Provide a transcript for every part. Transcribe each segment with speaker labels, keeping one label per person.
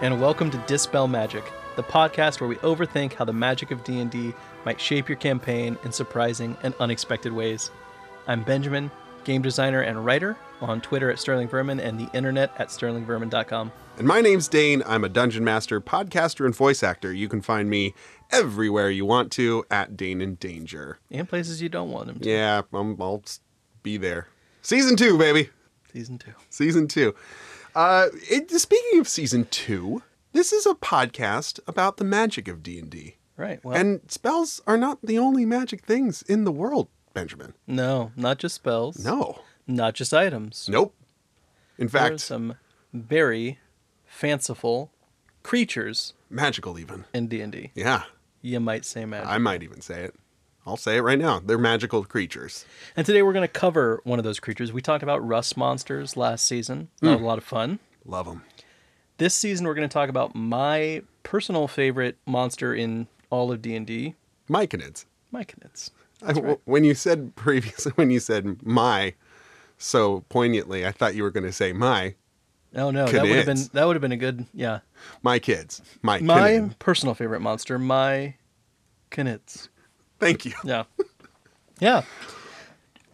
Speaker 1: and welcome to Dispel Magic, the podcast where we overthink how the magic of D&D might shape your campaign in surprising and unexpected ways. I'm Benjamin, game designer and writer on Twitter at Sterling Vermin and the internet at sterlingvermin.com.
Speaker 2: And my name's Dane. I'm a dungeon master, podcaster, and voice actor. You can find me everywhere you want to at Dane in Danger.
Speaker 1: And places you don't want them to.
Speaker 2: Yeah, I'm, I'll s- be there. Season two, baby.
Speaker 1: Season 2.
Speaker 2: Season two. Uh, it, speaking of season two, this is a podcast about the magic of D and D.
Speaker 1: Right. Well,
Speaker 2: And spells are not the only magic things in the world, Benjamin.
Speaker 1: no, not just spells.
Speaker 2: No.
Speaker 1: Not just items.
Speaker 2: Nope. In
Speaker 1: There are
Speaker 2: fact,
Speaker 1: some very fanciful creatures
Speaker 2: magical even.
Speaker 1: in D&D.
Speaker 2: Yeah,
Speaker 1: You might say magic.
Speaker 2: I might even say it. I'll say it right now. They're magical creatures.
Speaker 1: And today we're going to cover one of those creatures. We talked about rust monsters last season. That was a lot of fun.
Speaker 2: Love them.
Speaker 1: This season we're going to talk about my personal favorite monster in all of D&D,
Speaker 2: Myconids.
Speaker 1: Myconids.
Speaker 2: I, When you said previously, when you said my so poignantly, I thought you were going to say my,
Speaker 1: Oh no, that would have been
Speaker 2: Canids.
Speaker 1: that would have been a good, yeah.
Speaker 2: my kids, my,
Speaker 1: My
Speaker 2: my...
Speaker 1: personal favorite monster, my canids.
Speaker 2: Thank you.
Speaker 1: Yeah. Yeah.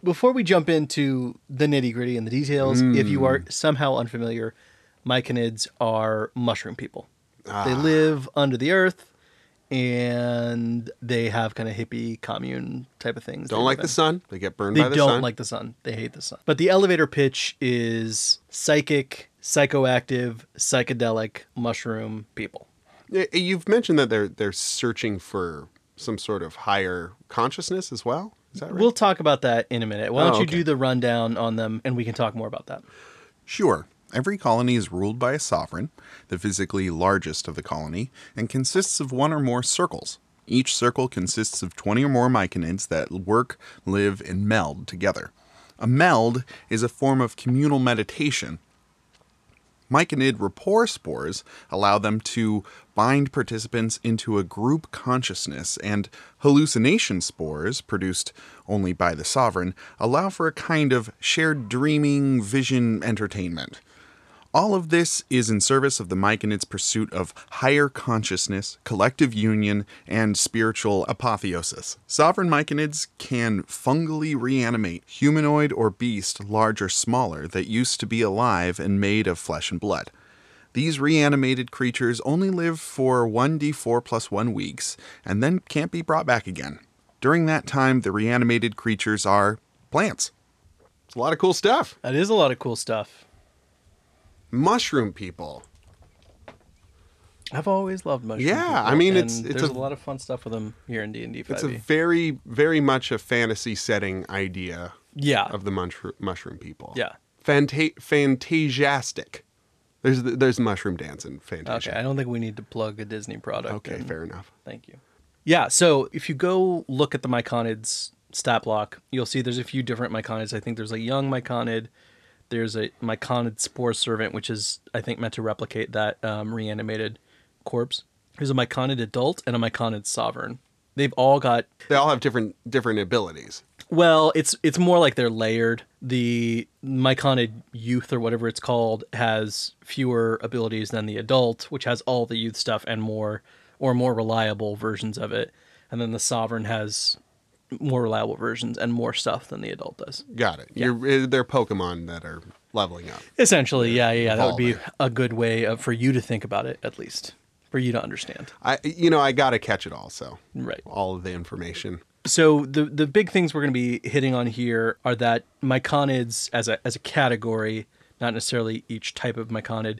Speaker 1: Before we jump into the nitty gritty and the details, if you
Speaker 2: Mm.
Speaker 1: are somehow unfamiliar, myconids are mushroom people. They
Speaker 2: Ah.
Speaker 1: live under the earth and they have kind of hippie commune type of things. they
Speaker 2: Don't like
Speaker 1: live in.
Speaker 2: the sun. They get burned
Speaker 1: They
Speaker 2: by the
Speaker 1: don't
Speaker 2: sun.
Speaker 1: like the sun. They hate the sun. But the elevator pitch is psychic, psychoactive, psychedelic mushroom people.
Speaker 2: Y- You've mentioned that they're they're searching for some sort of higher consciousness as well. Is that right?
Speaker 1: We'll talk about that in a minute. Why
Speaker 2: Oh,
Speaker 1: don't you
Speaker 2: okay.
Speaker 1: do the rundown on them and we can talk more about that?
Speaker 3: Sure. Every colony is ruled by a sovereign, the physically largest of the colony, and consists of one or more circles. Each circle consists of 20 or more myconids that work, live, and meld together. A meld is a form of communal meditation. Myconid rapport spores allow them to bind participants into a group consciousness, and hallucination spores, produced only by the sovereign, allow for a kind of shared dreaming vision entertainment. All of this is in service of the Myconid's pursuit of higher consciousness, collective union, and spiritual apotheosis. Sovereign Myconids can fungally reanimate humanoid or beast, large or smaller, that used to be alive and made of flesh and blood. These reanimated creatures only live for 1d4 plus 1 weeks and then can't be brought back again. During that time, the reanimated creatures are plants.
Speaker 2: It's a lot of cool stuff.
Speaker 1: That is a lot of cool stuff.
Speaker 2: Mushroom people.
Speaker 1: I've always loved mushrooms.
Speaker 2: Yeah, I mean, it's- it's
Speaker 1: there's a,
Speaker 2: a-
Speaker 1: lot of fun stuff with them here in D and D
Speaker 2: It's a
Speaker 1: five. E.
Speaker 2: very very much a fantasy setting idea
Speaker 1: Yeah,
Speaker 2: of the mushroom mushroom people.
Speaker 1: yeah.
Speaker 2: Fanta- fantasiastic. There's the, there's mushroom dance in Fantasia.
Speaker 1: Okay, I don't think we need to plug a Disney product.
Speaker 2: Okay,
Speaker 1: in.
Speaker 2: fair enough.
Speaker 1: Thank you. Yeah, so if you go look at the Myconids stat block, you'll see there's a few different Myconids. I think there's a young Myconid. There's a Myconid Spore Servant, which is, I think, meant to replicate that um, reanimated corpse. There's a Myconid Adult and a Myconid Sovereign. They've all got
Speaker 2: They all have different different abilities.
Speaker 1: Well, it's it's more like they're layered. The Myconid youth or whatever it's called has fewer abilities than the adult, which has all the youth stuff and more or more reliable versions of it. And then the sovereign has more reliable versions and more stuff than the adult does.
Speaker 2: Got it. You're, uh, they're Pokemon that are leveling up.
Speaker 1: Essentially, yeah, yeah, yeah, that would be a good way of, for you to think about it at least, for you to understand.
Speaker 2: I you know I gotta catch it all. So
Speaker 1: Right.
Speaker 2: all of the information.
Speaker 1: So the the big things we're going to be hitting on here are that myconids as a as a category, not necessarily each type of myconid,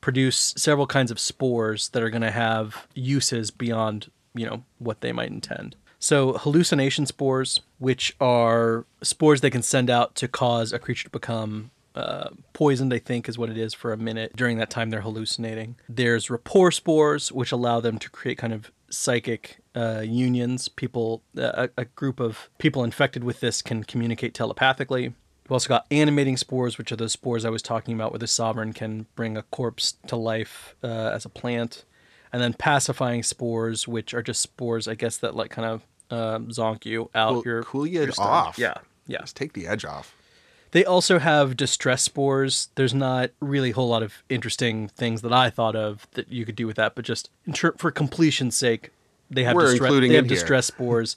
Speaker 1: produce several kinds of spores that are going to have uses beyond, you know, what they might intend. So hallucination spores, which are spores they can send out to cause a creature to become uh, poisoned, I think is what it is for a minute. During that time, they're hallucinating. There's rapport spores, which allow them to create kind of psychic uh, unions. People, uh, a, a group of people infected with this can communicate telepathically. We've also got animating spores, which are those spores I was talking about, where the sovereign can bring a corpse to life uh, as a plant. And then pacifying spores, which are just spores, I guess, that like kind of um, zonk you out
Speaker 2: Cool,
Speaker 1: your
Speaker 2: cool you
Speaker 1: your
Speaker 2: it
Speaker 1: stomach.
Speaker 2: off.
Speaker 1: Yeah, yeah.
Speaker 2: Just take the edge off.
Speaker 1: They also have distress spores. There's not really a whole lot of interesting things that I thought of that you could do with that, but just in ter- for completion's sake, they have,
Speaker 2: We're
Speaker 1: distre-
Speaker 2: including
Speaker 1: they
Speaker 2: it
Speaker 1: have
Speaker 2: here.
Speaker 1: distress spores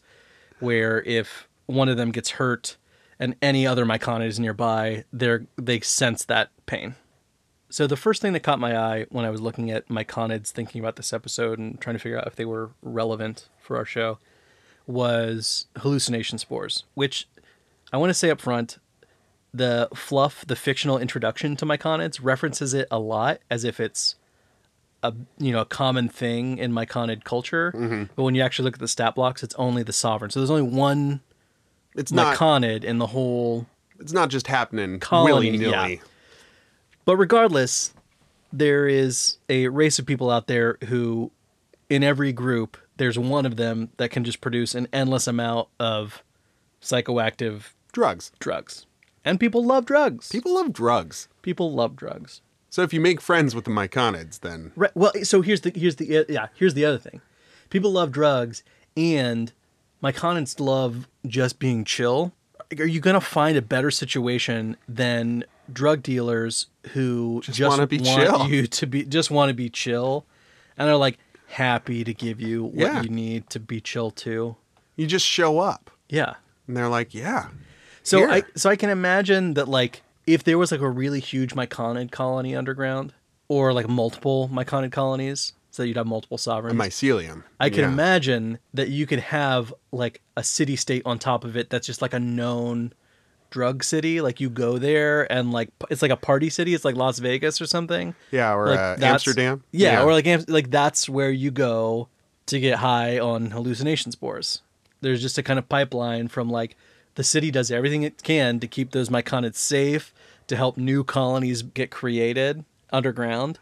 Speaker 1: where if one of them gets hurt and any other myconid is nearby, they're, they sense that pain. So the first thing that caught my eye when I was looking at myconids, thinking about this episode and trying to figure out if they were relevant for our show, was hallucination spores. Which I want to say up front, the fluff, the fictional introduction to myconids references it a lot, as if it's a you know a common thing in myconid culture. But when you actually look at the stat blocks, it's only the sovereign. So there's only one
Speaker 2: It's not.
Speaker 1: myconid in the whole
Speaker 2: it's not just happening
Speaker 1: Colony,
Speaker 2: willy nilly.
Speaker 1: yeah. But regardless, there is a race of people out there who, in every group, there's one of them that can just produce an endless amount of psychoactive
Speaker 2: Drugs.
Speaker 1: drugs. And people love drugs.
Speaker 2: People love drugs.
Speaker 1: People love drugs.
Speaker 2: So if you make friends with the myconids, then
Speaker 1: Right. Well, so here's the here's the yeah here's the other thing. People love drugs, and my conants love just being chill. Are you gonna find a better situation than drug dealers who just,
Speaker 2: wanna be
Speaker 1: want
Speaker 2: chill.
Speaker 1: you to be just want to be chill, and are like happy to give you what
Speaker 2: Yeah.
Speaker 1: you need to be chill too.
Speaker 2: you just show up,
Speaker 1: Yeah.
Speaker 2: and they're like, "Yeah,
Speaker 1: So
Speaker 2: Here.
Speaker 1: I so I can imagine that like if there was like a really huge myconid colony underground or like multiple myconid colonies, so you'd have multiple
Speaker 2: a
Speaker 1: sovereigns.
Speaker 2: mycelium."
Speaker 1: I can
Speaker 2: Yeah.
Speaker 1: imagine that you could have like a city state on top of it that's just like a known drug city. Like you go there and like p- it's like a party city. It's like Las Vegas or something.
Speaker 2: Yeah, or
Speaker 1: Like,
Speaker 2: uh,
Speaker 1: that's-
Speaker 2: Amsterdam.
Speaker 1: Yeah, or like Am- like that's where you go to get high on hallucination spores. There's just a kind of pipeline from like the city does everything it can to keep those myconids safe, to help new colonies get created underground.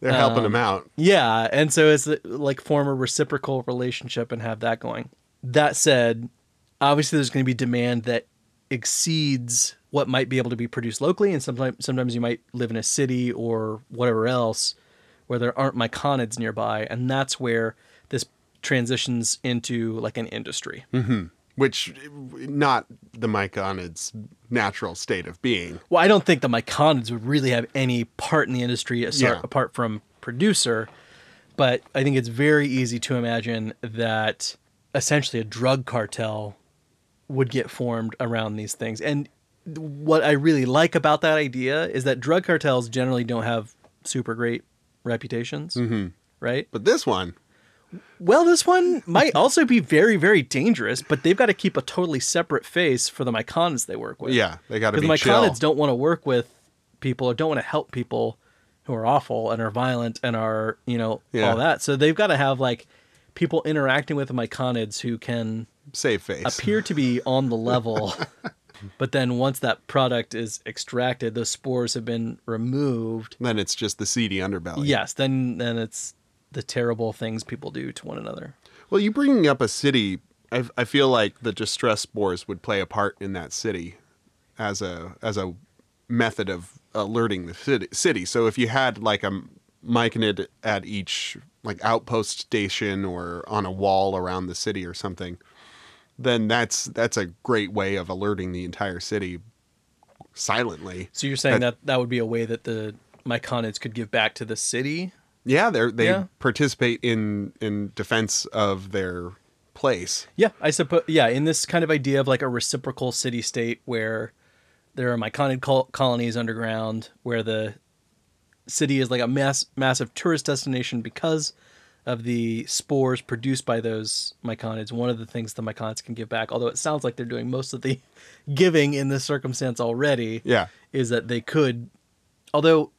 Speaker 2: they're
Speaker 1: um,
Speaker 2: helping them out.
Speaker 1: Yeah, and so it's uh, like form a reciprocal relationship and have that going. That said, obviously there's going to be demand that exceeds what might be able to be produced locally, and sometimes sometimes you might live in a city or whatever else where there aren't myconids nearby, and that's where this transitions into like an industry.
Speaker 2: which not the myconid's natural state of being.
Speaker 1: Well, I don't think the myconids would really have any part in the industry asar-
Speaker 2: Yeah.
Speaker 1: apart from producer, but I think it's very easy to imagine that essentially a drug cartel would get formed around these things. And what I really like about that idea is that drug cartels generally don't have super great reputations, right?
Speaker 2: But this one,
Speaker 1: Well, this one might also be very, very dangerous, but they've got to keep a totally separate face for the myconids they work with.
Speaker 2: yeah, they got to
Speaker 1: Because
Speaker 2: be
Speaker 1: my
Speaker 2: chill.
Speaker 1: colleagues don't want to work with people or don't want to help people who are awful and are violent and are you know
Speaker 2: Yeah.
Speaker 1: all that. So they've got to have like people interacting with my conids who can
Speaker 2: Save face.
Speaker 1: appear to be on the level, but then once that product is extracted, those spores have been removed.
Speaker 2: then it's just the seedy underbelly.
Speaker 1: Yes, then then it's the terrible things people do to one another.
Speaker 2: Well, you bringing up a city, I, I feel like the distress spores would play a part in that city as a as a method of alerting the city. city. So if you had like a myconid at each like outpost station or on a wall around the city or something, then that's that's a great way of alerting the entire city silently.
Speaker 1: So you're saying that that would be a way that the my conids could give back to the city.
Speaker 2: Yeah, they they
Speaker 1: Yeah.
Speaker 2: participate in in defense of their place.
Speaker 1: Yeah, I suppose. Yeah, in this kind of idea of like a reciprocal city state where there are myconid col- colonies underground, where the city is like a mass massive tourist destination because of the spores produced by those myconids. One of the things the myconids can give back, although it sounds like they're doing most of the giving in this circumstance already,
Speaker 2: Yeah.
Speaker 1: is that they could, although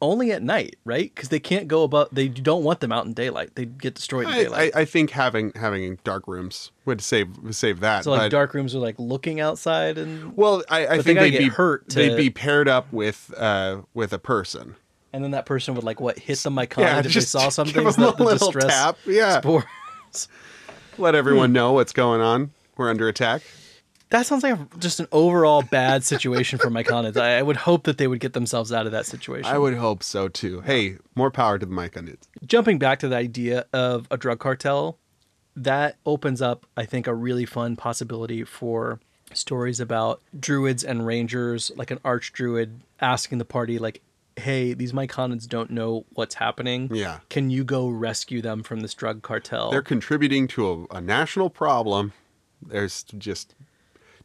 Speaker 1: only at night, right? Because they can't go above. They don't want them out in daylight. They get destroyed in daylight.
Speaker 2: I, I, I think having having dark rooms would save save that.
Speaker 1: So like
Speaker 2: but-
Speaker 1: dark rooms are like looking outside and
Speaker 2: Well, I, I
Speaker 1: they
Speaker 2: think
Speaker 1: gotta
Speaker 2: they'd
Speaker 1: get
Speaker 2: be
Speaker 1: hurt to-
Speaker 2: They'd be paired up with uh with a person.
Speaker 1: and then that person would like what hit the myconic
Speaker 2: Yeah,
Speaker 1: if they
Speaker 2: just
Speaker 1: saw
Speaker 2: give
Speaker 1: something
Speaker 2: them
Speaker 1: that
Speaker 2: a
Speaker 1: the
Speaker 2: little
Speaker 1: distress
Speaker 2: tap, yeah.
Speaker 1: spores.
Speaker 2: Let
Speaker 1: Hmm.
Speaker 2: everyone know what's going on. We're under attack.
Speaker 1: That sounds like a, just an overall bad situation for myconids. I, I would hope that they would get themselves out of that situation.
Speaker 2: I would hope so too. Hey, more power to the mic on it.
Speaker 1: Jumping back to the idea of a drug cartel, that opens up, I think, a really fun possibility for stories about druids and rangers, like an archdruid asking the party, like, hey, these myconids don't know what's happening.
Speaker 2: Yeah.
Speaker 1: Can you go rescue them from this drug cartel?
Speaker 2: They're contributing to a, a national problem. There's just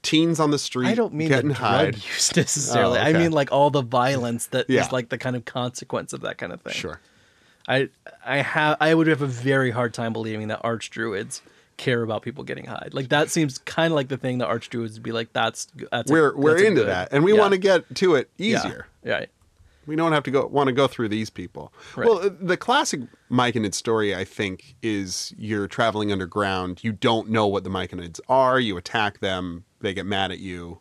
Speaker 2: teens on the street
Speaker 1: I don't mean the
Speaker 2: getting
Speaker 1: drug
Speaker 2: high.
Speaker 1: use necessarily.
Speaker 2: Oh,
Speaker 1: I
Speaker 2: okay.
Speaker 1: mean like all the violence that is
Speaker 2: Yeah.
Speaker 1: like the kind of consequence of that kind of thing.
Speaker 2: Sure.
Speaker 1: I I have I would have a very hard time believing that archdruids care about people getting high. Like that seems kind of like the thing that archdruids would be like. That's g- that's a-
Speaker 2: We're we're
Speaker 1: that's a
Speaker 2: into
Speaker 1: good-
Speaker 2: that, and we
Speaker 1: yeah,
Speaker 2: want to get to it
Speaker 1: yeah,
Speaker 2: easier.
Speaker 1: Right.
Speaker 2: We don't have to go want to go through these people.
Speaker 1: Right.
Speaker 2: Well, the classic Myconid story, I think, is you're traveling underground. You don't know what the Myconids are. You attack them. They get mad at you,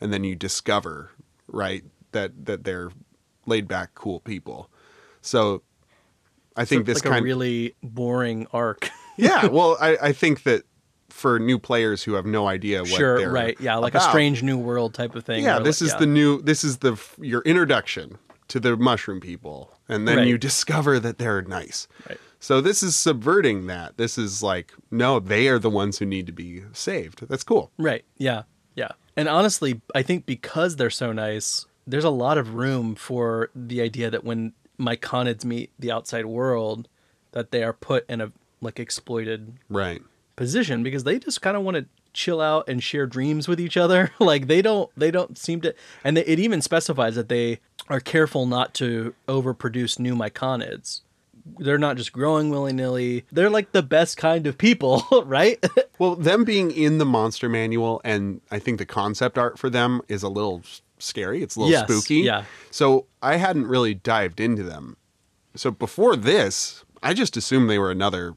Speaker 2: and then you discover, right, that that they're laid back, cool people. So, I think
Speaker 1: like
Speaker 2: this kind
Speaker 1: a really boring arc.
Speaker 2: yeah. Well, I, I think that for new players who have no idea what
Speaker 1: sure.
Speaker 2: they're
Speaker 1: Right. Yeah. Like a
Speaker 2: about,
Speaker 1: strange new world type of thing.
Speaker 2: yeah
Speaker 1: where,
Speaker 2: this
Speaker 1: like-
Speaker 2: is
Speaker 1: yeah.
Speaker 2: the new this is the f- your introduction to the mushroom people and then
Speaker 1: Right.
Speaker 2: you discover that they're nice
Speaker 1: Right.
Speaker 2: so this is subverting that this is like no they are the ones who need to be saved that's cool
Speaker 1: Right. Yeah. Yeah. And honestly, I think because they're so nice, there's a lot of room for the idea that when my conids meet the outside world, that they are put in a like exploited
Speaker 2: right
Speaker 1: position because they just kind of want to chill out and share dreams with each other. like they don't they don't seem to and they, it even specifies that they are careful not to overproduce new myconids. They're not just growing willy-nilly. They're like the best kind of people, right?
Speaker 2: well them being in the monster manual and i think the concept art for them is a little s- scary it's a little
Speaker 1: Yes,
Speaker 2: spooky
Speaker 1: yeah.
Speaker 2: so i hadn't really dived into them so before this i just assumed they were another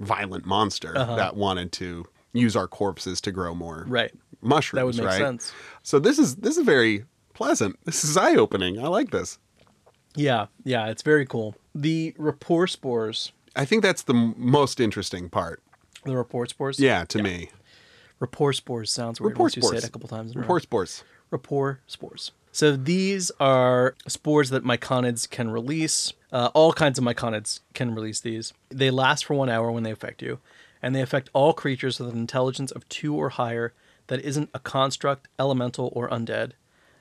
Speaker 2: violent monster that wanted to use our corpses to grow more
Speaker 1: Uh-huh. right.
Speaker 2: mushrooms.
Speaker 1: That would make
Speaker 2: right?
Speaker 1: sense.
Speaker 2: So this is this is very pleasant. This is eye opening. I like this.
Speaker 1: Yeah, yeah, it's very cool. The rapport spores,
Speaker 2: I think that's the m- most interesting part.
Speaker 1: the rapport spores.
Speaker 2: Yeah, to me.
Speaker 1: rapport spores sounds weird
Speaker 2: Rapport
Speaker 1: once you say it
Speaker 2: spores.
Speaker 1: a couple times. in a row.
Speaker 2: Rapport sports.
Speaker 1: rapport spores. So these are spores that myconids can release. Uh, all kinds of myconids can release these. They last for one hour when they affect you, and they affect all creatures with an intelligence of two or higher that isn't a construct, elemental, or undead.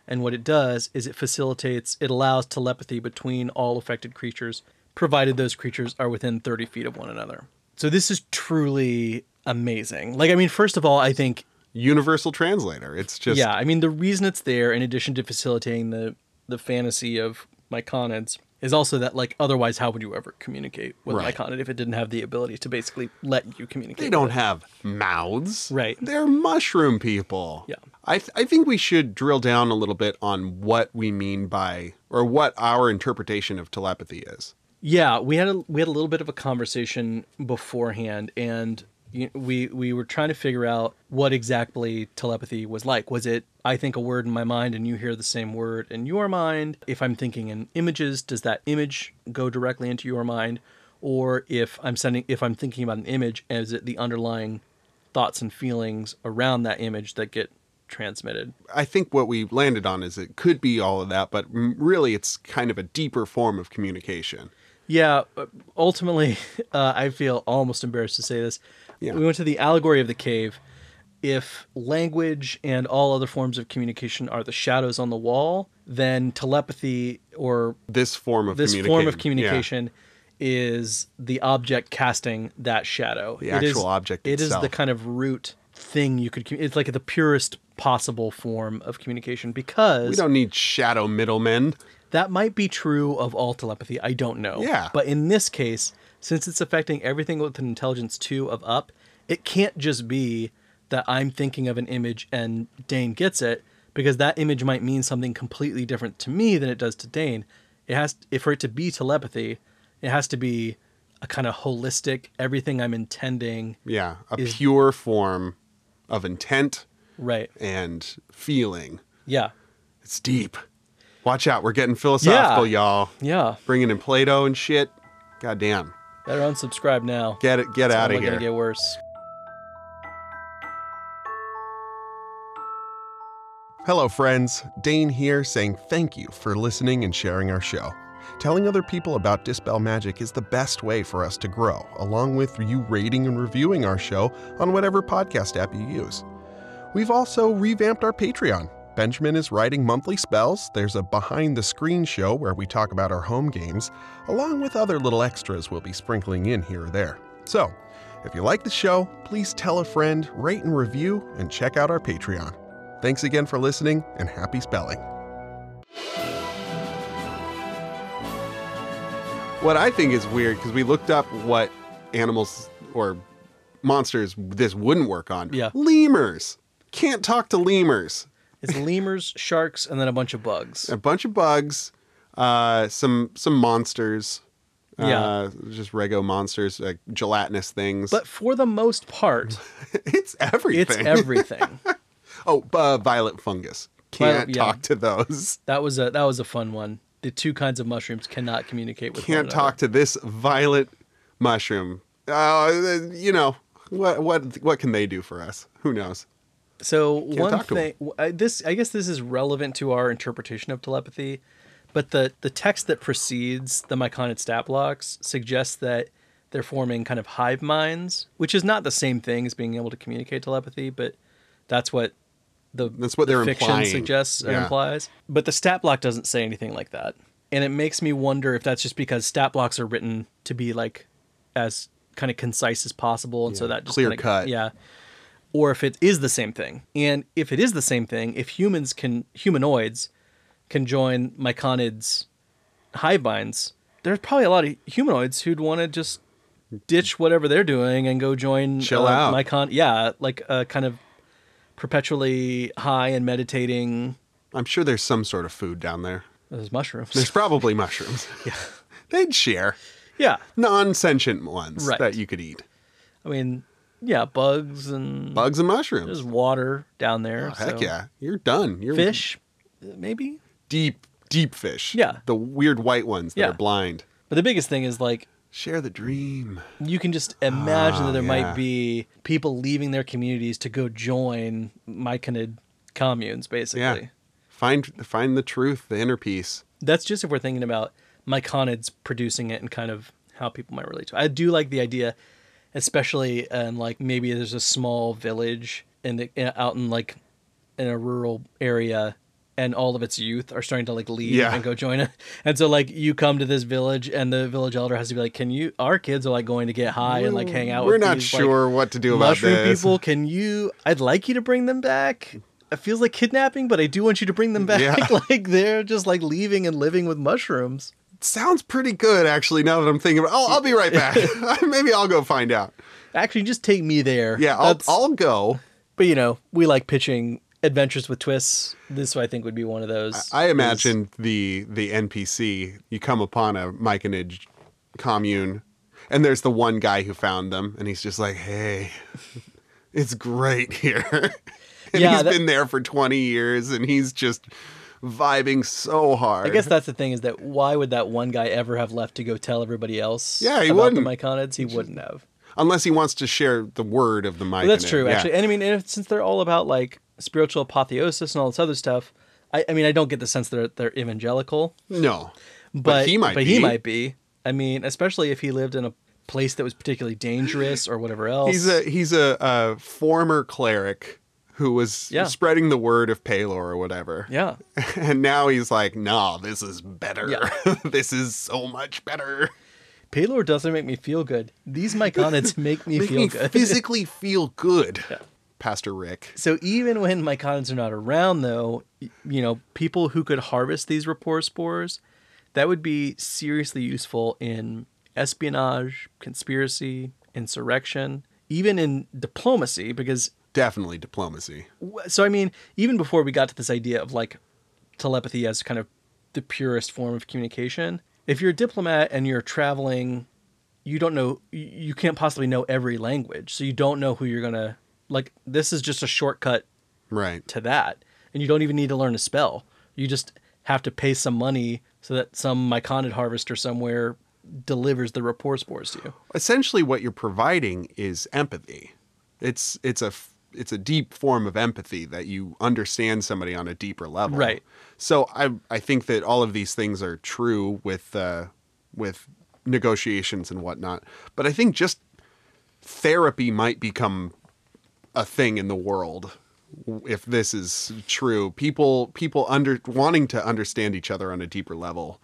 Speaker 1: And what it does is it facilitates, it allows telepathy between all affected creatures, provided those creatures are within 30 feet of one another. So this is truly amazing. Like, I mean, first of all, I think
Speaker 2: Universal translator. It's just
Speaker 1: yeah, I mean the reason it's there, in addition to facilitating the the fantasy of myconids, is also that like otherwise how would you ever communicate with
Speaker 2: Right.
Speaker 1: myconid if it didn't have the ability to basically let you communicate?
Speaker 2: they
Speaker 1: with
Speaker 2: don't
Speaker 1: it?
Speaker 2: have mouths.
Speaker 1: Right.
Speaker 2: They're mushroom people.
Speaker 1: Yeah.
Speaker 2: I th- I think we should drill down a little bit on what we mean by or what our interpretation of telepathy is.
Speaker 1: Yeah, we had a we had a little bit of a conversation beforehand, and you, we we were trying to figure out what exactly telepathy was like. Was it I think a word in my mind and you hear the same word in your mind? If I'm thinking in images, does that image go directly into your mind? Or if I'm sending if I'm thinking about an image, is it the underlying thoughts and feelings around that image that get transmitted?
Speaker 2: I think what we landed on is it could be all of that, but m- really it's kind of a deeper form of communication.
Speaker 1: Yeah, uh, ultimately, uh, I feel almost embarrassed to say this.
Speaker 2: Yeah.
Speaker 1: We went to the allegory of the cave. If language and all other forms of communication are the shadows on the wall, then telepathy or
Speaker 2: This form of
Speaker 1: this
Speaker 2: communicating.
Speaker 1: form of
Speaker 2: Yeah.
Speaker 1: communication is the object casting that shadow.
Speaker 2: The
Speaker 1: is-
Speaker 2: actual object
Speaker 1: It is the
Speaker 2: itself.
Speaker 1: kind of root thing you could. commu- It's like the purest possible form of communication because
Speaker 2: We don't need shadow middlemen.
Speaker 1: that might be true of all telepathy. I don't know.
Speaker 2: Yeah.
Speaker 1: But in this case, since it's affecting everything with an intelligence two of up, it can't just be that I'm thinking of an image and Dane gets it because that image might mean something completely different to me than it does to Dane. It has if for it to be telepathy, it has to be a kind of holistic everything I'm intending.
Speaker 2: Yeah, a
Speaker 1: Is-
Speaker 2: pure form of intent
Speaker 1: Right.
Speaker 2: and feeling.
Speaker 1: Yeah.
Speaker 2: It's deep. Watch out, we're getting philosophical, y'all.
Speaker 1: Yeah.
Speaker 2: Bringing in Plato and shit. Goddamn.
Speaker 1: Better unsubscribe now.
Speaker 2: Get it. Get
Speaker 1: It's
Speaker 2: out of
Speaker 1: only
Speaker 2: here.
Speaker 1: gonna get worse.
Speaker 2: Hello, friends. Dane here saying thank you for listening and sharing our show.
Speaker 3: Telling other people about Dispel Magic is the best way for us to grow, along with you rating and reviewing our show on whatever podcast app you use. We've also revamped our Patreon. Benjamin is writing monthly spells. There's a behind the screen show where we talk about our home games, along with other little extras we'll be sprinkling in here or there. So, if you like the show, please tell a friend, rate and review, and check out our Patreon. Thanks again for listening and happy spelling.
Speaker 2: What I think is weird because we looked up what animals or monsters this wouldn't work on.
Speaker 1: Yeah.
Speaker 2: Lemurs. Can't talk to lemurs.
Speaker 1: It's lemurs, sharks, and then a bunch of bugs.
Speaker 2: A bunch of bugs, uh, some some monsters.
Speaker 1: Yeah.
Speaker 2: Uh, just rego monsters, like gelatinous things.
Speaker 1: But for the most part,
Speaker 2: it's everything.
Speaker 1: it's everything.
Speaker 2: oh, uh, violet fungus.
Speaker 1: Violet-
Speaker 2: Can't
Speaker 1: yeah.
Speaker 2: talk to those.
Speaker 1: That was a that was a fun one. The two kinds of mushrooms cannot communicate with
Speaker 2: Can't
Speaker 1: one
Speaker 2: talk to this violet mushroom. Uh, you know what? What? What can they do for us? Who knows?
Speaker 1: Another. So one
Speaker 2: talk to 'em.
Speaker 1: thing w- I- this I guess this is relevant to our interpretation of telepathy, but the the text that precedes the myconid stat blocks suggests that they're forming kind of hive minds, which is not the same thing as being able to communicate telepathy, but that's what the
Speaker 2: That's what
Speaker 1: the
Speaker 2: they're
Speaker 1: fiction
Speaker 2: implying.
Speaker 1: suggests or
Speaker 2: Yeah.
Speaker 1: implies. But the stat block doesn't say anything like that, and it makes me wonder if that's just because stat blocks are written to be like as kind of concise as possible, and so that just
Speaker 2: clear
Speaker 1: kinda-
Speaker 2: cut.
Speaker 1: yeah. Or if it is the same thing, and if it is the same thing, if humans can humanoids can join myconids hive minds, there's probably a lot of humanoids who'd want to just ditch whatever they're doing and go join
Speaker 2: Chill
Speaker 1: uh,
Speaker 2: out.
Speaker 1: mycon yeah like a kind of perpetually high and meditating
Speaker 2: I'm sure there's some sort of food down there.
Speaker 1: those mushrooms
Speaker 2: There's probably mushrooms. yeah. They'd share
Speaker 1: yeah
Speaker 2: non sentient ones
Speaker 1: Right.
Speaker 2: that you could eat.
Speaker 1: i mean yeah bugs and
Speaker 2: Bugs and mushrooms.
Speaker 1: there's water down there
Speaker 2: Oh, heck
Speaker 1: so-
Speaker 2: yeah. You're done. You're
Speaker 1: fish maybe
Speaker 2: Deep, deep fish.
Speaker 1: Yeah.
Speaker 2: The weird white ones that
Speaker 1: Yeah.
Speaker 2: are blind.
Speaker 1: but the biggest thing is like
Speaker 2: Share the dream.
Speaker 1: you can just imagine
Speaker 2: Ah,
Speaker 1: that there
Speaker 2: yeah.
Speaker 1: might be people leaving their communities to go join myconid communes basically
Speaker 2: Yeah. Find find the truth, the inner peace.
Speaker 1: that's just if we're thinking about myconids producing it and kind of how people might relate to it. I do like the idea, especially um, like maybe there's a small village in the in, out in like in a rural area and all of its youth are starting to like leave
Speaker 2: Yeah.
Speaker 1: and go join it. And so like you come to this village and the village elder has to be like, Can you our kids are like going to get high and like hang out
Speaker 2: We're
Speaker 1: with
Speaker 2: not
Speaker 1: these, like,
Speaker 2: sure what to do about
Speaker 1: mushroom
Speaker 2: this.
Speaker 1: people, can you? I'd like you to bring them back. It feels like kidnapping, but I do want you to bring them back.
Speaker 2: Yeah.
Speaker 1: like they're just like leaving and living with mushrooms.
Speaker 2: Sounds pretty good, actually, now that I'm thinking about Oh, I'll be right back. Maybe I'll go find out.
Speaker 1: Actually, just take me there.
Speaker 2: Yeah, I'll,
Speaker 1: That's-
Speaker 2: I'll go.
Speaker 1: But you know, we like pitching adventures with twists. This I think would be one of those.
Speaker 2: I imagine the the NPC. You come upon a Myconid commune, and there's the one guy who found them, and he's just like, "Hey, it's great here." and
Speaker 1: Yeah,
Speaker 2: he's
Speaker 1: that-
Speaker 2: been there for 20 years, and he's just vibing so hard.
Speaker 1: I guess that's the thing is that why would that one guy ever have left to go tell everybody else?
Speaker 2: Yeah, he
Speaker 1: about
Speaker 2: wouldn't.
Speaker 1: The Myconids, he wouldn't have.
Speaker 2: unless he wants to share the word of the Myconid.
Speaker 1: But that's true,
Speaker 2: Yeah.
Speaker 1: actually. And I mean, if, since they're all about like spiritual apotheosis and all this other stuff, I, I mean, I don't get the sense they're they're evangelical.
Speaker 2: No, but,
Speaker 1: but,
Speaker 2: he might.
Speaker 1: but
Speaker 2: be.
Speaker 1: he might be. I mean, especially if he lived in a place that was particularly dangerous or whatever else.
Speaker 2: He's a he's a, a former cleric who was
Speaker 1: Yeah.
Speaker 2: spreading the word of Palor or whatever.
Speaker 1: yeah.
Speaker 2: And now he's like, nah, this is better.
Speaker 1: Yeah.
Speaker 2: this is so much better.
Speaker 1: Paylor doesn't make me feel good. These myconids make me
Speaker 2: Make
Speaker 1: feel
Speaker 2: me
Speaker 1: good.
Speaker 2: physically feel good. Pastor Rick.
Speaker 1: so even when myconids are not around, though, y- you know, people who could harvest these rapport spores, that would be seriously useful in espionage, conspiracy, insurrection, even in diplomacy, because
Speaker 2: Definitely diplomacy.
Speaker 1: Wh- so I mean, even before we got to this idea of like telepathy as kind of the purest form of communication, if you're a diplomat and you're traveling, you don't know, you- you can't possibly know every language, so you don't know who you're gonna like. This is just a shortcut
Speaker 2: Right.
Speaker 1: to that, and you don't even need to learn a spell. You just have to pay some money so that some myconid harvester somewhere delivers the rapport spores to you.
Speaker 2: Essentially what you're providing is empathy. It's it's a f- it's a deep form of empathy that you understand somebody on a deeper level.
Speaker 1: Right.
Speaker 2: So I I think that all of these things are true with uh with negotiations and whatnot. But I think just therapy might become a thing in the world if this is true. People people under wanting to understand each other on a deeper level.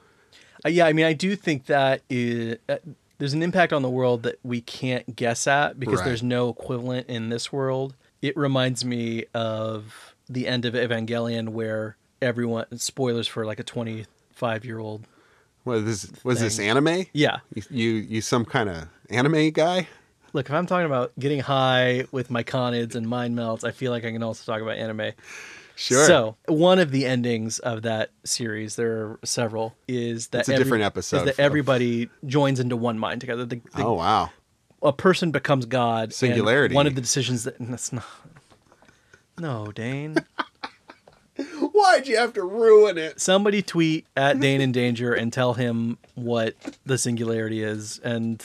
Speaker 1: Uh, yeah, I mean, I do think that is, uh, there's an impact on the world that we can't guess at because
Speaker 2: Right.
Speaker 1: there's no equivalent in this world. It reminds me of the end of Evangelion, where everyone spoilers for like a 25 year old.
Speaker 2: Was this was this
Speaker 1: Thing.
Speaker 2: anime?
Speaker 1: Yeah,
Speaker 2: You you, you some kind of anime guy?
Speaker 1: look, if I'm talking about getting high with my conids and mind melts, I feel like I can also talk about anime.
Speaker 2: Sure.
Speaker 1: So one of the endings of that series, there are several, is that
Speaker 2: It's a different episode
Speaker 1: Is that
Speaker 2: of-
Speaker 1: everybody joins into one mind together? The, the-
Speaker 2: oh wow.
Speaker 1: a person becomes God. and
Speaker 2: Singularity.
Speaker 1: one of the decisions that and that's not. No, Dane.
Speaker 2: Why'd you have to ruin it?
Speaker 1: Somebody tweet at Dane in danger and tell him what the singularity is, and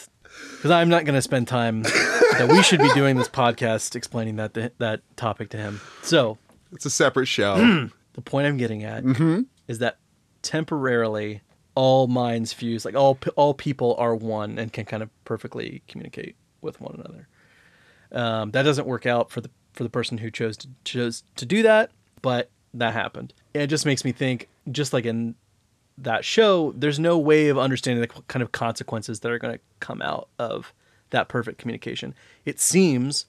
Speaker 1: because I'm not going to spend time that we should be doing this podcast explaining that to, that topic to him. So
Speaker 2: It's a separate show.
Speaker 1: the point I'm getting at is that temporarily all minds fuse, like all all people are one and can kind of perfectly communicate with one another. Um, that doesn't work out for the for the person who chose to chose to do that, but that happened. And it just makes me think, just like in that show, there's no way of understanding the kind of consequences that are going to come out of that perfect communication. It seems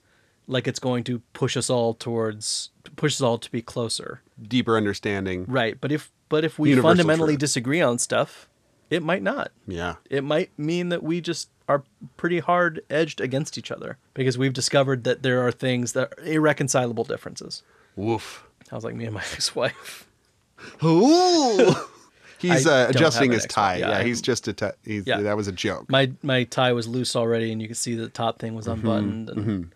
Speaker 1: like it's going to push us all towards push us all to be closer.
Speaker 2: Deeper understanding.
Speaker 1: Right, but if but if we
Speaker 2: Universal
Speaker 1: fundamentally
Speaker 2: truth.
Speaker 1: disagree on stuff, it might not.
Speaker 2: Yeah.
Speaker 1: It might mean that we just are pretty hard edged against each other because we've discovered that there are things that are irreconcilable differences.
Speaker 2: Woof.
Speaker 1: Sounds like me and my ex-wife.
Speaker 2: Ooh. he's
Speaker 1: I
Speaker 2: uh,
Speaker 1: don't have
Speaker 2: adjusting
Speaker 1: an
Speaker 2: his
Speaker 1: Xbox.
Speaker 2: tie.
Speaker 1: Yeah,
Speaker 2: Yeah,
Speaker 1: I-
Speaker 2: he's just a tie. He's,
Speaker 1: Yeah.
Speaker 2: That was a joke.
Speaker 1: My my tie was loose already, and you could see the top thing was unbuttoned. And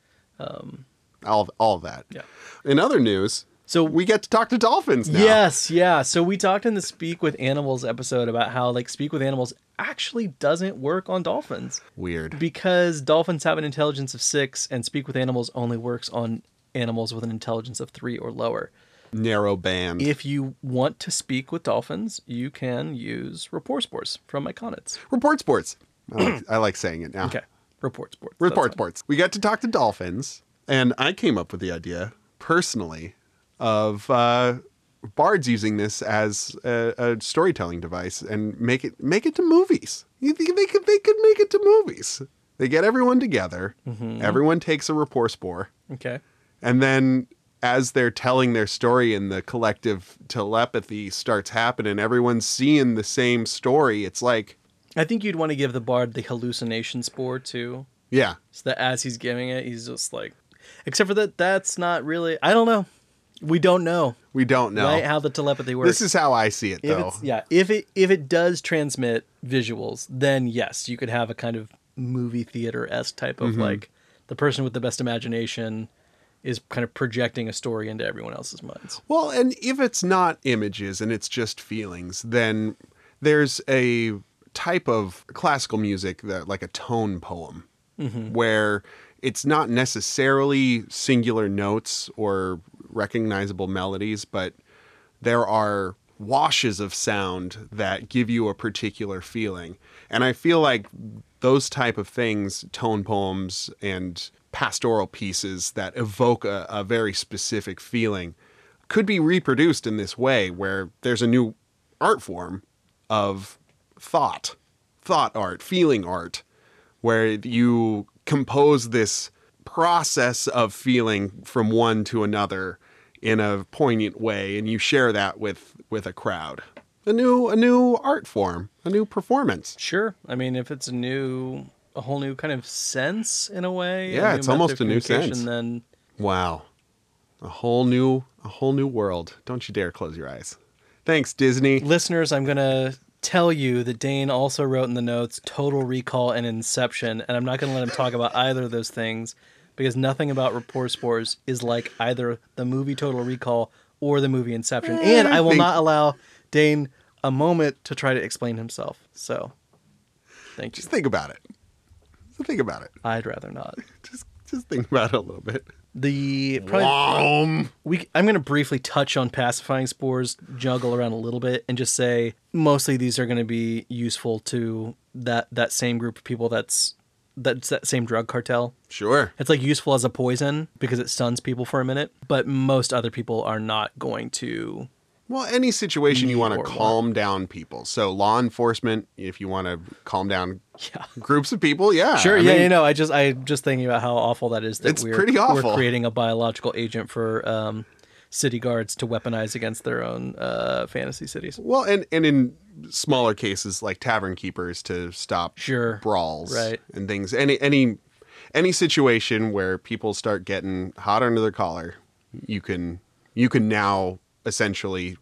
Speaker 2: all all of that.
Speaker 1: Yeah.
Speaker 2: In other news,
Speaker 1: So
Speaker 2: we get to talk to dolphins now.
Speaker 1: Yes, yeah. So we talked in the Speak with Animals episode about how like Speak with Animals actually doesn't work on dolphins.
Speaker 2: Weird.
Speaker 1: because dolphins have an intelligence of six and speak with animals only works on animals with an intelligence of three or lower.
Speaker 2: Narrow band.
Speaker 1: If you want to speak with dolphins, you can use rapport spores from Iconids.
Speaker 2: Report sports. I like, I like saying it now.
Speaker 1: Okay. Report spores. that's
Speaker 2: Report
Speaker 1: fine.
Speaker 2: Ah. sports. We got to talk to dolphins, and I came up with the idea personally of uh, bards using this as a, a storytelling device and make it make it to movies. You think they could they could make it to movies? They get everyone together.
Speaker 1: Mm-hmm.
Speaker 2: Everyone takes a rapport spore.
Speaker 1: Okay.
Speaker 2: And then as they're telling their story and the collective telepathy starts happening, everyone's seeing the same story. It's like,
Speaker 1: I think you'd want to give the bard the hallucination spore too,
Speaker 2: yeah,
Speaker 1: so that as he's giving it, he's just like, except for that, that's not really. I don't know. We don't know
Speaker 2: we don't know.
Speaker 1: right how the telepathy works.
Speaker 2: this is how I see it
Speaker 1: If
Speaker 2: though.
Speaker 1: it's yeah, if it if it does transmit visuals, then yes, you could have a kind of movie theater esque type
Speaker 2: Mm-hmm.
Speaker 1: of like the person with the best imagination is kind of projecting a story into everyone else's minds.
Speaker 2: Well, and if it's not images and it's just feelings, then there's a type of classical music that like a tone poem where it's not necessarily singular notes or recognizable melodies, but there are washes of sound that give you a particular feeling. And I feel like those type of things, tone poems and pastoral pieces that evoke a, a very specific feeling, could be reproduced in this way where there's a new art form of thought, thought art, feeling art, where you compose this process of feeling from one to another in a poignant way and you share that with with a crowd. A new a new art form, a new performance.
Speaker 1: Sure, I mean if it's a new, a whole new kind of sense in a way.
Speaker 2: Yeah,
Speaker 1: new
Speaker 2: it's almost
Speaker 1: method of
Speaker 2: a new
Speaker 1: communication,
Speaker 2: sense.
Speaker 1: Then
Speaker 2: Wow. A whole new a whole new world. Don't you dare close your eyes. Thanks Disney.
Speaker 1: listeners, I'm gonna tell you that Dane also wrote in the notes Total Recall and Inception, and I'm not gonna let him talk about either of those things because nothing about Rapport Spores is like either the movie Total Recall or the movie Inception. And I will
Speaker 2: think-
Speaker 1: not allow Dane a moment to try to explain himself. So thank you.
Speaker 2: Just think about it. Just think about it.
Speaker 1: I'd rather not.
Speaker 2: Just just think about it a little bit.
Speaker 1: The probably
Speaker 2: Um,
Speaker 1: we I'm going to briefly touch on pacifying spores, juggle around a little bit, and just say mostly these are going to be useful to that that same group of people that's that's that same drug cartel.
Speaker 3: Sure.
Speaker 1: It's like useful as a poison because it stuns people for a minute, but most other people are not going to.
Speaker 2: Well, any situation you
Speaker 1: Need
Speaker 2: want to
Speaker 1: or
Speaker 2: calm down people. So law enforcement, if you want to calm down
Speaker 1: Yeah.
Speaker 2: groups of people, yeah.
Speaker 1: Sure.
Speaker 2: I
Speaker 1: yeah.
Speaker 2: mean,
Speaker 1: you know, I just I'm just thinking about how awful that is. That
Speaker 2: It's
Speaker 1: we're,
Speaker 2: pretty awful.
Speaker 1: We're creating a biological agent for um, city guards to weaponize against their own uh, fantasy cities.
Speaker 2: Well, and and in smaller cases like tavern keepers to stop
Speaker 1: Sure.
Speaker 2: brawls
Speaker 1: Right.
Speaker 2: and things. Any any any situation where people start getting hot under their collar, you can you can now essentially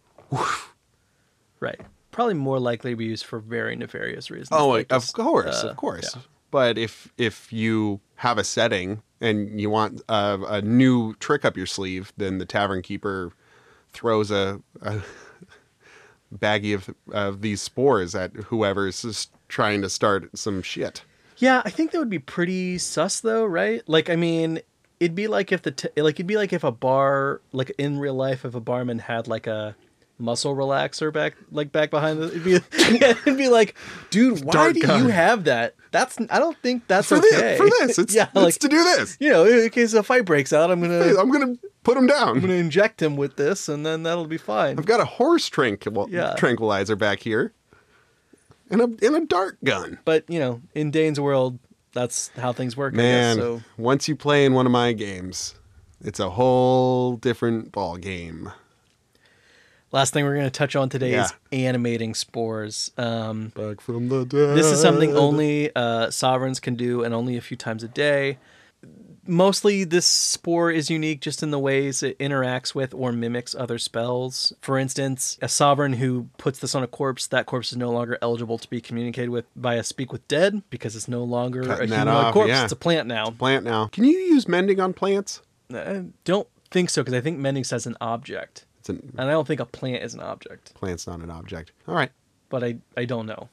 Speaker 1: Right. Probably more likely to be used for very nefarious reasons.
Speaker 2: Oh,
Speaker 1: like
Speaker 2: of
Speaker 1: just,
Speaker 2: course,
Speaker 1: uh,
Speaker 2: of course. But if if you have a setting and you want a, a new trick up your sleeve, then the tavern keeper throws a, a baggie of of these spores at whoever's just trying to start some shit.
Speaker 1: Yeah, I think that would be pretty sus though, right? Like I mean, it'd be like if the t- like it'd be like if a bar like in real life if a barman had like a muscle relaxer back like back behind the it'd be it'd be like, dude, why
Speaker 2: Dart
Speaker 1: do
Speaker 2: gun.
Speaker 1: you have that? That's I don't think that's
Speaker 2: For
Speaker 1: okay.
Speaker 2: this, for this, it's,
Speaker 1: yeah,
Speaker 2: it's
Speaker 1: like
Speaker 2: to do this.
Speaker 1: you know, in case a fight breaks out, I'm gonna I'm
Speaker 2: I'm gonna put him down.
Speaker 1: gonna inject him with this, and then that'll be fine.
Speaker 2: I've got a horse tranquil-
Speaker 1: Yeah.
Speaker 2: tranquilizer back here, and a and a dart gun.
Speaker 1: But you know, in Dane's world, that's how things work.
Speaker 2: Man,
Speaker 1: I guess, so
Speaker 2: once you play in one of my games, it's a whole different ball game.
Speaker 1: Last thing we're going to touch on today is animating spores. Um,
Speaker 2: Back from the dead.
Speaker 1: this is something only uh, sovereigns can do and only a few times a day. Mostly, this spore is unique just in the ways it interacts with or mimics other spells. For instance, a sovereign who puts this on a corpse, that corpse is no longer eligible to be communicated with via Speak with Dead because it's no longer a
Speaker 2: Cutting that
Speaker 1: humanoid
Speaker 2: off,
Speaker 1: corpse.
Speaker 2: yeah.
Speaker 1: It's a plant now.
Speaker 2: plant now. Can you use mending on plants?
Speaker 1: I don't think so because I think Mending says an object,
Speaker 2: It's an,
Speaker 1: and I don't think a plant is an object,
Speaker 2: plant's not an object. All right.
Speaker 1: but I I don't know.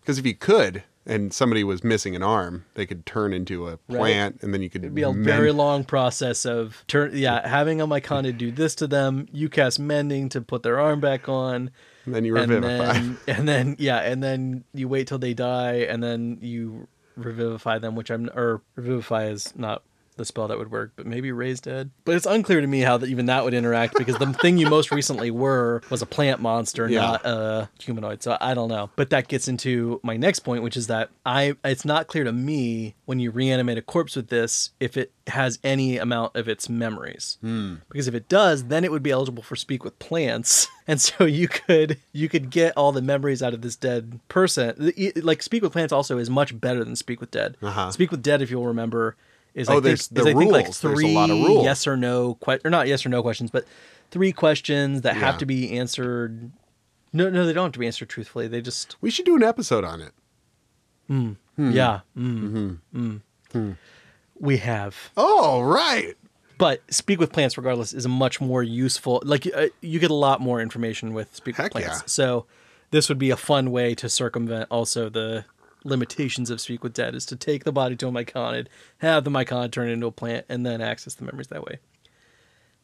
Speaker 2: Because if you could, and somebody was missing an arm, they could turn into a plant, and then you could
Speaker 1: It'd be a
Speaker 2: mend-
Speaker 1: very long process of turn. Yeah, having a Mycona do this to them, you cast mending to put their arm back on,
Speaker 2: and then you
Speaker 1: and
Speaker 2: revivify.
Speaker 1: then and then yeah, and then you wait till they die, and then you revivify them, which I'm or revivify is not the spell that would work, but maybe raise dead. But it's unclear to me how that even that would interact because the thing you most recently were was a plant monster,
Speaker 2: Yeah.
Speaker 1: not a humanoid. So I don't know. But that gets into my next point, which is that I it's not clear to me when you reanimate a corpse with this if it has any amount of its memories.
Speaker 2: Hmm.
Speaker 1: Because if it does, then it would be eligible for speak with plants. And so you could you could get all the memories out of this dead person. e, Like speak with plants also is much better than speak with dead.
Speaker 2: Uh-huh.
Speaker 1: Speak with dead if you'll remember is
Speaker 2: Oh,
Speaker 1: I think,
Speaker 2: there's the
Speaker 1: is I think like
Speaker 2: rules.
Speaker 1: three
Speaker 2: There's a lot of rules.
Speaker 1: yes or no que- or not yes or no questions, but three questions that
Speaker 2: Yeah.
Speaker 1: have to be answered. No, no, they don't have to be answered truthfully. They just
Speaker 2: we should do an episode on it.
Speaker 1: yeah. Mm, mm. We have,
Speaker 2: Oh, right.
Speaker 1: but speak with plants regardless is a much more useful. Like uh, you get a lot more information with speak
Speaker 2: Heck
Speaker 1: with plants.
Speaker 2: yeah.
Speaker 1: So this would be a fun way to circumvent also the limitations of speak with dead is to take the body to a myconid, have the myconid turn into a plant, and then access the memories that way.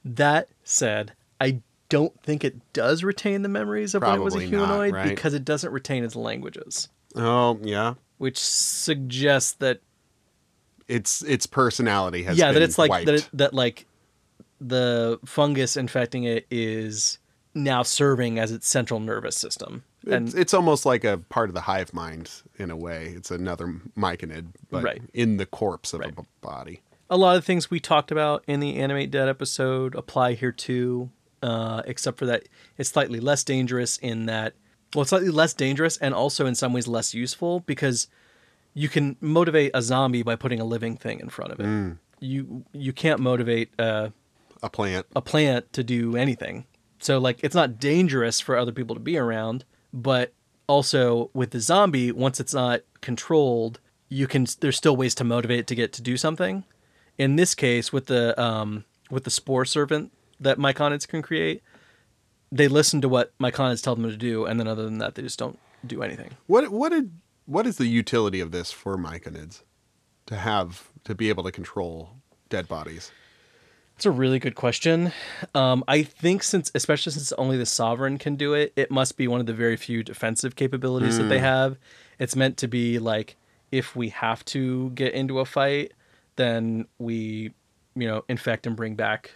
Speaker 1: That said, I don't think it does retain the memories of when it was a
Speaker 2: Probably not,
Speaker 1: humanoid
Speaker 2: right?
Speaker 1: because it doesn't retain its languages,
Speaker 2: Oh, yeah.
Speaker 1: which suggests that
Speaker 2: It's its personality has
Speaker 1: yeah, that
Speaker 2: been
Speaker 1: it's like
Speaker 2: wiped.
Speaker 1: that it, that like the fungus infecting it is now serving as its central nervous system. And
Speaker 2: it's, it's almost like a part of the hive mind in a way. It's another myconid, but
Speaker 1: Right.
Speaker 2: in the corpse of a
Speaker 1: Right.
Speaker 2: b- body.
Speaker 1: a lot of the things we talked about in the Animate Dead episode apply here too, uh, except for that it's slightly less dangerous in that, well, it's slightly less dangerous and also in some ways less useful because you can motivate a zombie by putting a living thing in front of it. You you can't motivate uh,
Speaker 2: A plant.
Speaker 1: a plant to do anything. So like it's not dangerous for other people to be around, but also with the zombie, once it's not controlled, you can there's still ways to motivate it to get to do something. In this case, with the um with the spore servant that myconids can create, they listen to what myconids tell them to do, and then other than that, they just don't do anything.
Speaker 2: What what did what is the utility of this for myconids to have to be able to control dead bodies?
Speaker 1: It's a really good question. Um, I think since, especially since only the sovereign can do it, it must be one of the very few defensive capabilities that they have. It's meant to be like if we have to get into a fight, then we, you know, infect and bring back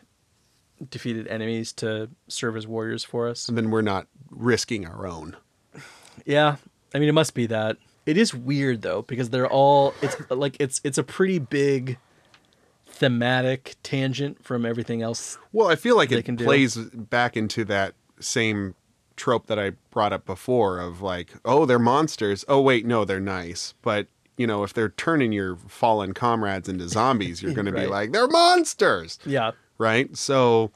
Speaker 1: defeated enemies to serve as warriors for us.
Speaker 2: And then we're not risking our own.
Speaker 1: Yeah, I mean it must be that. It is weird though because they're all it's like it's it's a pretty big thematic tangent from everything else.
Speaker 2: Well, I feel like
Speaker 1: They
Speaker 2: it
Speaker 1: can do.
Speaker 2: plays back into that same trope that I brought up before of like, oh, they're monsters. Oh, wait, no, they're nice. But, you know, if they're turning your fallen comrades into zombies, you're going to be
Speaker 1: Right.
Speaker 2: like, they're monsters.
Speaker 1: Yeah.
Speaker 2: Right. So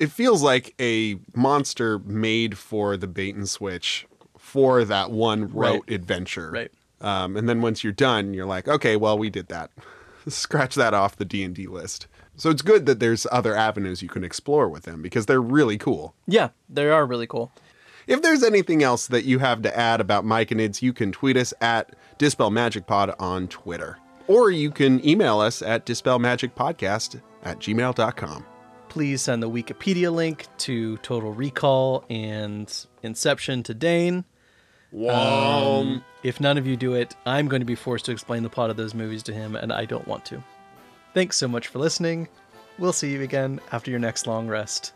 Speaker 2: it feels like a monster made for the bait and switch for that one rote adventure.
Speaker 1: Right.
Speaker 2: Um, and then once you're done, you're like, okay, well, we did that. Scratch that off the D and D list. So it's good that there's other avenues you can explore with them because they're really cool.
Speaker 1: Yeah, they are really cool.
Speaker 2: If there's anything else that you have to add about Myconids, you can tweet us at Dispel Magic Pod on Twitter. Or you can email us at dispelmagicpodcast at gmail.com.
Speaker 1: Please send the Wikipedia link to Total Recall and Inception to Dane. Um, if none of you do it, I'm going to be forced to explain the plot of those movies to him, and I don't want to. Thanks so much for listening. We'll see you again after your next long rest.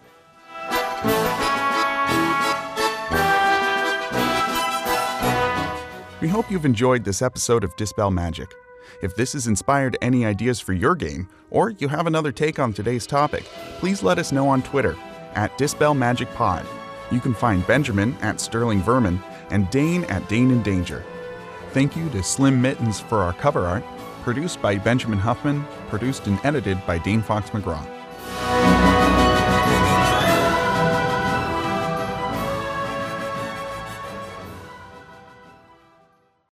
Speaker 3: We hope you've enjoyed this episode of Dispel Magic. If this has inspired any ideas for your game, or you have another take on today's topic, please let us know on Twitter at Dispel Magic Pod. You can find Benjamin at Sterling Vermin and Dane at Dane in Danger. Thank you to Slim Mittens for our cover art, produced by Benjamin Huffman, produced and edited by Dane Fox McGraw.